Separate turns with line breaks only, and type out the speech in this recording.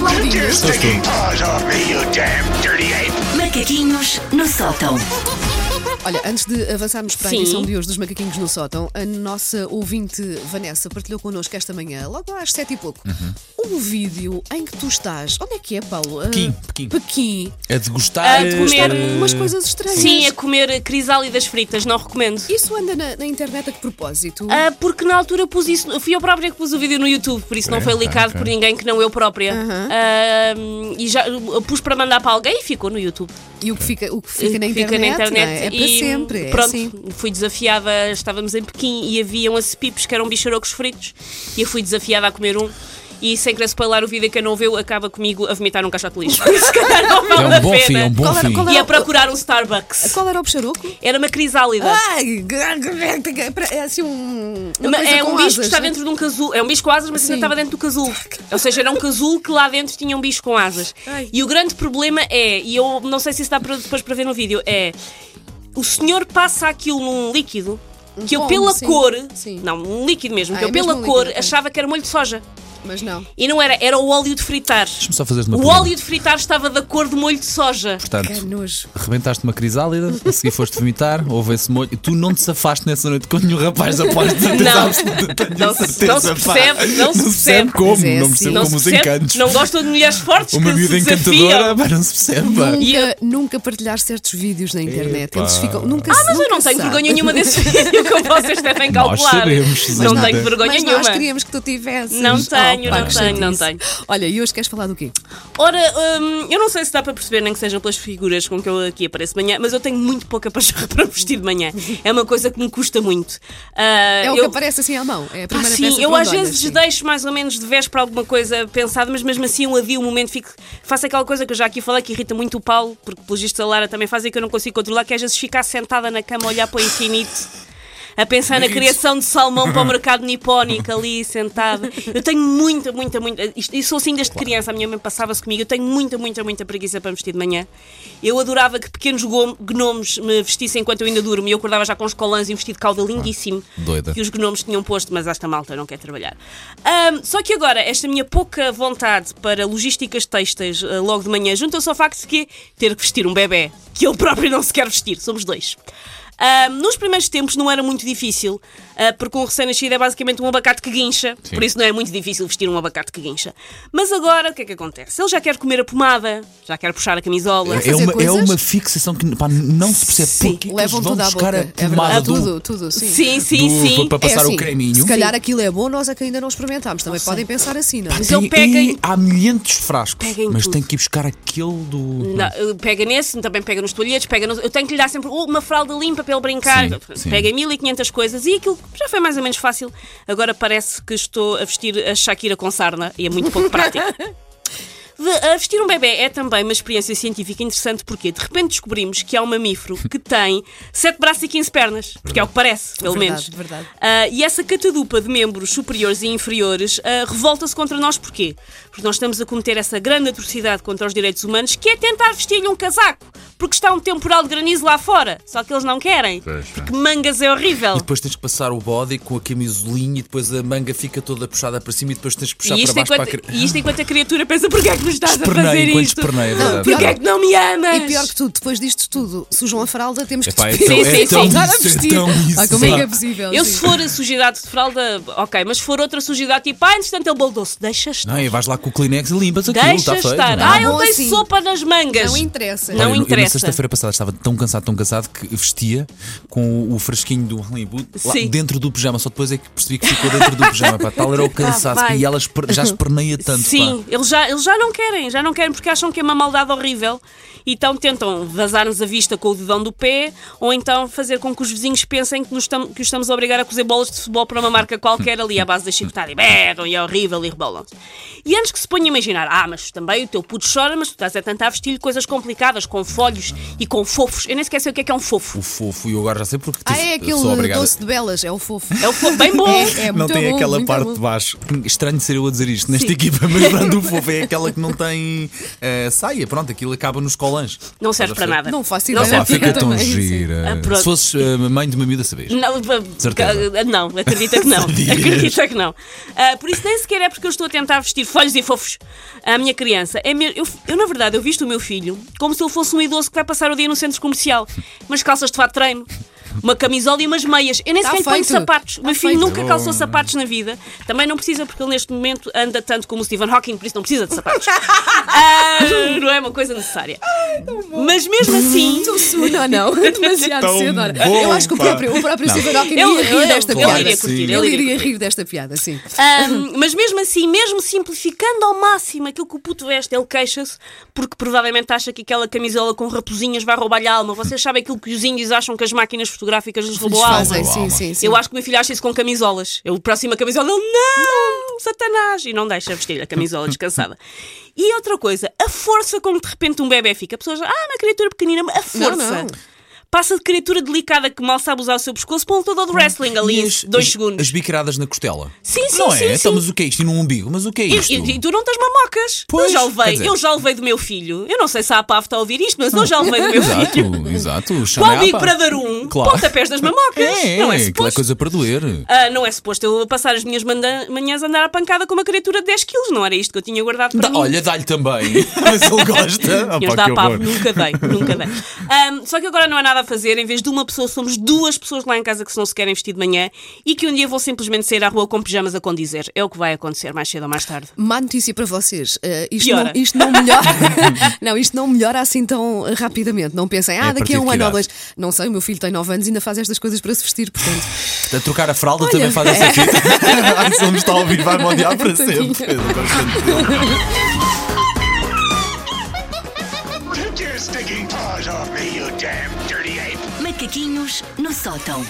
Sabes tu.
Macaquinhos no sótão.
Olha, antes de avançarmos para a
Sim.
edição de hoje dos Macaquinhos no Sótão, a nossa ouvinte Vanessa partilhou connosco esta manhã, logo às sete e pouco, um vídeo em que tu estás. Onde é que é, Paulo? Ah,
Pequim, Pequim.
Pequim.
A É degustar.
A comer
eh,
Umas coisas estranhas.
Sim, é a comer crisálidas fritas, não recomendo.
Isso anda na, na internet a que propósito?
Ah, porque na altura pus isso, fui eu própria que pus o vídeo no YouTube, por isso não
Ok,
foi
ok,
licado
ok.
por ninguém que não eu própria. Ah, e já eu pus para mandar para alguém e ficou no YouTube.
E o que fica, o que fica, na,
Que
internet, não é? É para
e
sempre.
Pronto,
É assim.
fui desafiada, estávamos em Pequim e haviam acipipes que eram bicharocos fritos e eu fui desafiada a comer um. E sem querer spoiler o vídeo, quem não viu acaba comigo a vomitar num caixote de lixo. Se calhar não vale
É um
a
bom
pena.
fim, é um bom
Qual era-
fim.
qual
E a procurar um Starbucks.
Qual era o bexaroco?
Era uma crisálida.
Ai, é assim um. uma
Ma-
coisa
é
com
um bicho
asas,
que está
não é?
dentro de um casulo. É um bicho com asas, mas
Sim. Tá,
ainda estava dentro do casulo. Ou seja, era um casulo que lá dentro tinha um bicho com asas.
Ai.
E o grande problema é, e eu não sei se isso dá para, depois para ver no vídeo, é o senhor passa aquilo num líquido que eu
pó,
pela
Um sim.
cor,
Sim.
não, um líquido mesmo,
Ah,
que eu
é
pela
mesmo um
cor
líquido, ok.
achava que era molho de soja.
Mas não.
E não era, era o óleo de fritar.
Deixa-me só fazer-te uma
O
pergunta.
óleo de fritar estava da cor de molho de soja.
Que
Portanto,
nojo.
rebentaste uma crisálida, a seguir foste vomitar, houve esse molho. E tu não te safaste nessa noite com nenhum rapaz após de certeza
Não.
absoluta, tenho
Não se- não se
certeza, pá.
percebe, não se percebe.
como,
Mas é
não
assim.
percebo
Não
como os
percebe?
encantos.
Não gostam de mulheres fortes
Uma
que
miúda
se desafiam.
encantadora, mas não se percebe. pá.
Nunca,
E eu-
nunca partilhar certos vídeos na internet.
Epá.
Eles ficam. Nunca
Ah, mas eu não tenho vergonha nenhuma desse vídeo, como vocês devem
Nós
calcular.
sabemos,
não
Zé.
tenho vergonha
mas
nenhuma.
Nós queríamos que tu tivesses.
Não
Oh,
tenho,
pá,
não
que
tenho, Ah, não
chatice. Olha, e hoje queres falar do quê?
Ora, hum, eu não sei se dá para perceber, nem que sejam pelas figuras com que eu aqui apareço de manhã, mas eu tenho muito pouca paixão para vestir de manhã. É uma coisa que me custa muito. Ah,
É o
eu-
que aparece assim à mão. É a
Pá,
primeira peça
sim,
por
eu
onde
às
olhas,
vezes
sim.
deixo mais ou menos de véspera alguma coisa pensada, mas mesmo assim eu adio o momento, fico, faço aquela coisa que eu já aqui falei que irrita muito o Paulo, porque pelo visto a Lara também faz e que eu não consigo controlar, que é às vezes ficar sentada na cama a olhar para o infinito. A pensar na criação de salmão para o mercado nipónico ali, sentada. Eu tenho muita, muita, muita. isto- E sou assim desde criança, a minha mãe passava-se comigo. Eu tenho muita, muita, muita preguiça para me vestir de manhã. Eu adorava que pequenos gom- gnomos me vestissem enquanto eu ainda durmo. E eu acordava já com os colãs e um vestido de cauda linguíssimo
Doida.
que os gnomos tinham posto, mas esta malta não quer trabalhar. Ahm, só que agora, esta minha pouca vontade para logísticas textas ah, logo de manhã junta-se ao facto de que ter que vestir um bebê, que ele próprio não se quer vestir, somos dois. Ahm, nos primeiros tempos não era muito difícil, ah, porque um recém-nascido é basicamente um abacate que guincha, por isso não é muito difícil vestir um abacate que guincha. Mas agora, o que é que acontece? Ele já quer comer a pomada, já quer puxar a camisola.
É
fazer
uma, é
coisas?
uma fixação que pá, não se percebe
Sim,
porque
Levam
é vão
tudo à
buscar
boca.
a
é
pomada
verdade.
do-
Tudo, tudo, sim.
Sim, sim,
do-
sim.
Para
É
passar
assim,
o um, creminho.
Se calhar aquilo é bom, nós é que ainda não experimentámos. Também podem pensar assim, não é?
Mas ele pega
Tem-
em-
há milhentos frascos,
Pega em
mas
tudo.
tem que ir buscar aquele do.
Não, eu- pega nesse, também pega nos toalhetes, pega nos- eu tenho que lhe dar sempre oh, uma fralda limpa para ele brincar.
Sim, sim.
Pega 1500 coisas e aquilo já foi mais ou menos fácil. Agora parece que estou a vestir a Shakira com sarna e é muito pouco prático. De- a vestir um bebê é também uma experiência científica interessante porque de repente descobrimos que há um mamífero que tem 7 braços e 15 pernas, porque é o que parece, pelo
Verdade,
menos.
verdade.
Ah, e essa catadupa de membros superiores e inferiores ah, revolta-se contra nós porquê? Porque nós estamos a cometer essa grande atrocidade contra os direitos humanos que é tentar vestir-lhe um casaco, porque está um temporal de granizo lá fora, só que eles não querem. Porque mangas é horrível.
E depois tens que passar o body com a camisolinha e depois a manga fica toda puxada para cima e depois tens que puxar
E isto,
para baixo
enquanto,
para a cri-
e isto enquanto a criatura pensa, porquê é que me estás a
Espernei,
fazer
enquanto
isto?
espernei, é verdade.
Porquê é que não me amas?
E pior que tudo, depois disto tudo, sujam a fralda, temos que
Epá, é
despir-
tão-
é Sim, sim, tão
voltar a
isso, é
vestir.
tão
Ah,
isso,
como é que é
vá.
possível?
Eu,
sim.
se for a sujidade de fralda, ok, mas se for outra sujidade, tipo, ah, entretanto ele baldou-se, deixas
Não, e vais lá com o Kleenex e limpas aquilo,
Deixa
está feio.
estar.
não é?
Ah,
Bom,
ele tem
assim,
sopa nas mangas.
Não interessa.
Não
Olha, eu- Eu, na
interessa.
sexta-feira passada estava tão cansado, tão cansado que vestia com o, o frasquinho do Hollywood lá
Sim.
dentro do pijama. Só depois é que percebi que ficou dentro do pijama. Pá. Tal era o cansaço.
Ah, vai.
e ela esper- já esperneia tanto.
Sim,
Pá.
eles já, eles já não querem, já não querem porque acham que é uma maldade horrível. Então tentam vazar-nos a vista com o dedão do pé ou então fazer com que os vizinhos pensem que, nos tam- que os estamos a obrigar a cozer bolas de futebol para uma marca qualquer ali à base da chicotada e berram e é horrível e rebolam E antes que se ponha a imaginar, ah, mas também o teu puto chora, mas tu estás a tentar vestir-lhe coisas complicadas, com folhos e com fofos. Eu nem sequer sei o que é que é um fofo.
O fofo, e eu agora já sei porque
Ah,
tive-
é
sou
aquele
obrigado.
doce de belas, é o fofo.
É o fofo bem bom.
É, é muito bom, muito bom.
baixo. Estranho ser eu a dizer isto nesta equipa, mas pronto, o fofo é aquela que não
não tem eh, saia. Pronto, aquilo acaba nos colãs.
Não serve para nada.
Não faço
Não
ideia. É
Pá,
serve
fica
para nada.
é tão
Também, sim.
gira.
Ah, pronto.
Se fosses eh, mãe de uma miúda, sabias.
Não, b-
Certeza.
ah, não, acredita que não.
Sabias.
acredita que não. Ah, por isso nem sequer é porque eu estou a tentar vestir folhos e fofos à minha criança. É me- eu, eu, na verdade, eu visto o meu filho como se ele fosse um idoso que vai passar o dia no centro comercial. Umas calças de fato de treino, uma camisola e umas meias. Eu nem
Tá
sequer lhe ponho
feito.
sapatos. O meu
Tá
filho
feito.
nunca calçou sapatos na vida. Também não precisa porque ele neste momento anda tanto como o Stephen Hawking, por isso não precisa de sapatos. Ah, não é uma coisa necessária. Mas mesmo assim...
Too soon, não, não. Demasiado
Tão
cedo. ora.
bom,
eu acho que o
pá.
próprio, o próprio Stephen Hawking
Eu-
iria
eu-
rir desta
eu
piada.
iria curtir,
Ele
eu
iria
iria
curtir.
rir desta piada, sim.
Ahm, mas mesmo assim, mesmo simplificando ao máximo aquilo que o puto veste, ele queixa-se porque provavelmente acha que aquela camisola com raposinhas vai roubar-lhe a alma. Vocês sabem aquilo que os índios acham que as máquinas fotográficas lhes roubou a alma?
Fazem,
Boa
sim,
alma.
sim, sim.
Eu acho que o meu filho acha isso com camisolas. Eu próximo a camisola, ele não, Satanás! E não deixa vestir a camisola descansada. E outra coisa, a força como de repente um bebê fica. A pessoa já, ah, uma criatura pequenina, mas a
Não,
força.
não.
Passa de criatura delicada que mal sabe usar o seu pescoço para um lutador de wrestling ali
E
em
as-
dois
as-
segundos.
As biqueiradas na costela.
Sim, sim,
não
sim,
é? Então,
sim.
mas o que é isto? E no umbigo? Mas o que é isto?
E, e- e tu não tens mamocas.
Pois,
eu já levei,
quer dizer-
eu já levei do meu filho. Eu não sei se a APAV está a ouvir isto, mas eu já levei do meu filho.
Exato, exato. o chão é
Qual bico
apa.
para dar um?
Claro.
Pontapés das mamocas.
É,
não
é, aquilo
é
é
suposto.
coisa para doer.
Ah, não é suposto eu passar as minhas manda- manhãs a andar à pancada com uma criatura de 10 quilos. Não era isto que eu tinha guardado para
Dá-
mim.
olha, dá-lhe também. mas ele gosta. Ah,
Eu
pá,
da
que
pavo,
horror.
nunca dei, nunca dei. Ahm, só que agora não há nada a fazer, em vez de uma pessoa, somos duas pessoas lá em casa que se não se querem vestir de manhã e que um dia vão simplesmente sair à rua com pijamas a condizer. É o que vai acontecer mais cedo ou mais tarde.
Má notícia para vocês. eh, isto,
Piora.
não, isto não melhora. não, isto não melhora assim tão rapidamente. Não pensem,
É
ah,
a
daqui a um
partir de que
ano ou
idade?
dois. Não sei, o meu filho tem 9 anos e ainda faz estas coisas para se vestir, portanto.
A trocar a fralda
Olha,
também faz essa
é.
fita. Ai, se ele me está a ouvir, vai-me odiar para
Tadinho.
sempre. Eu gosto tanto dele.
Take your stinking paws off me, you damn dirty ape!
Macaquinhos no sótão.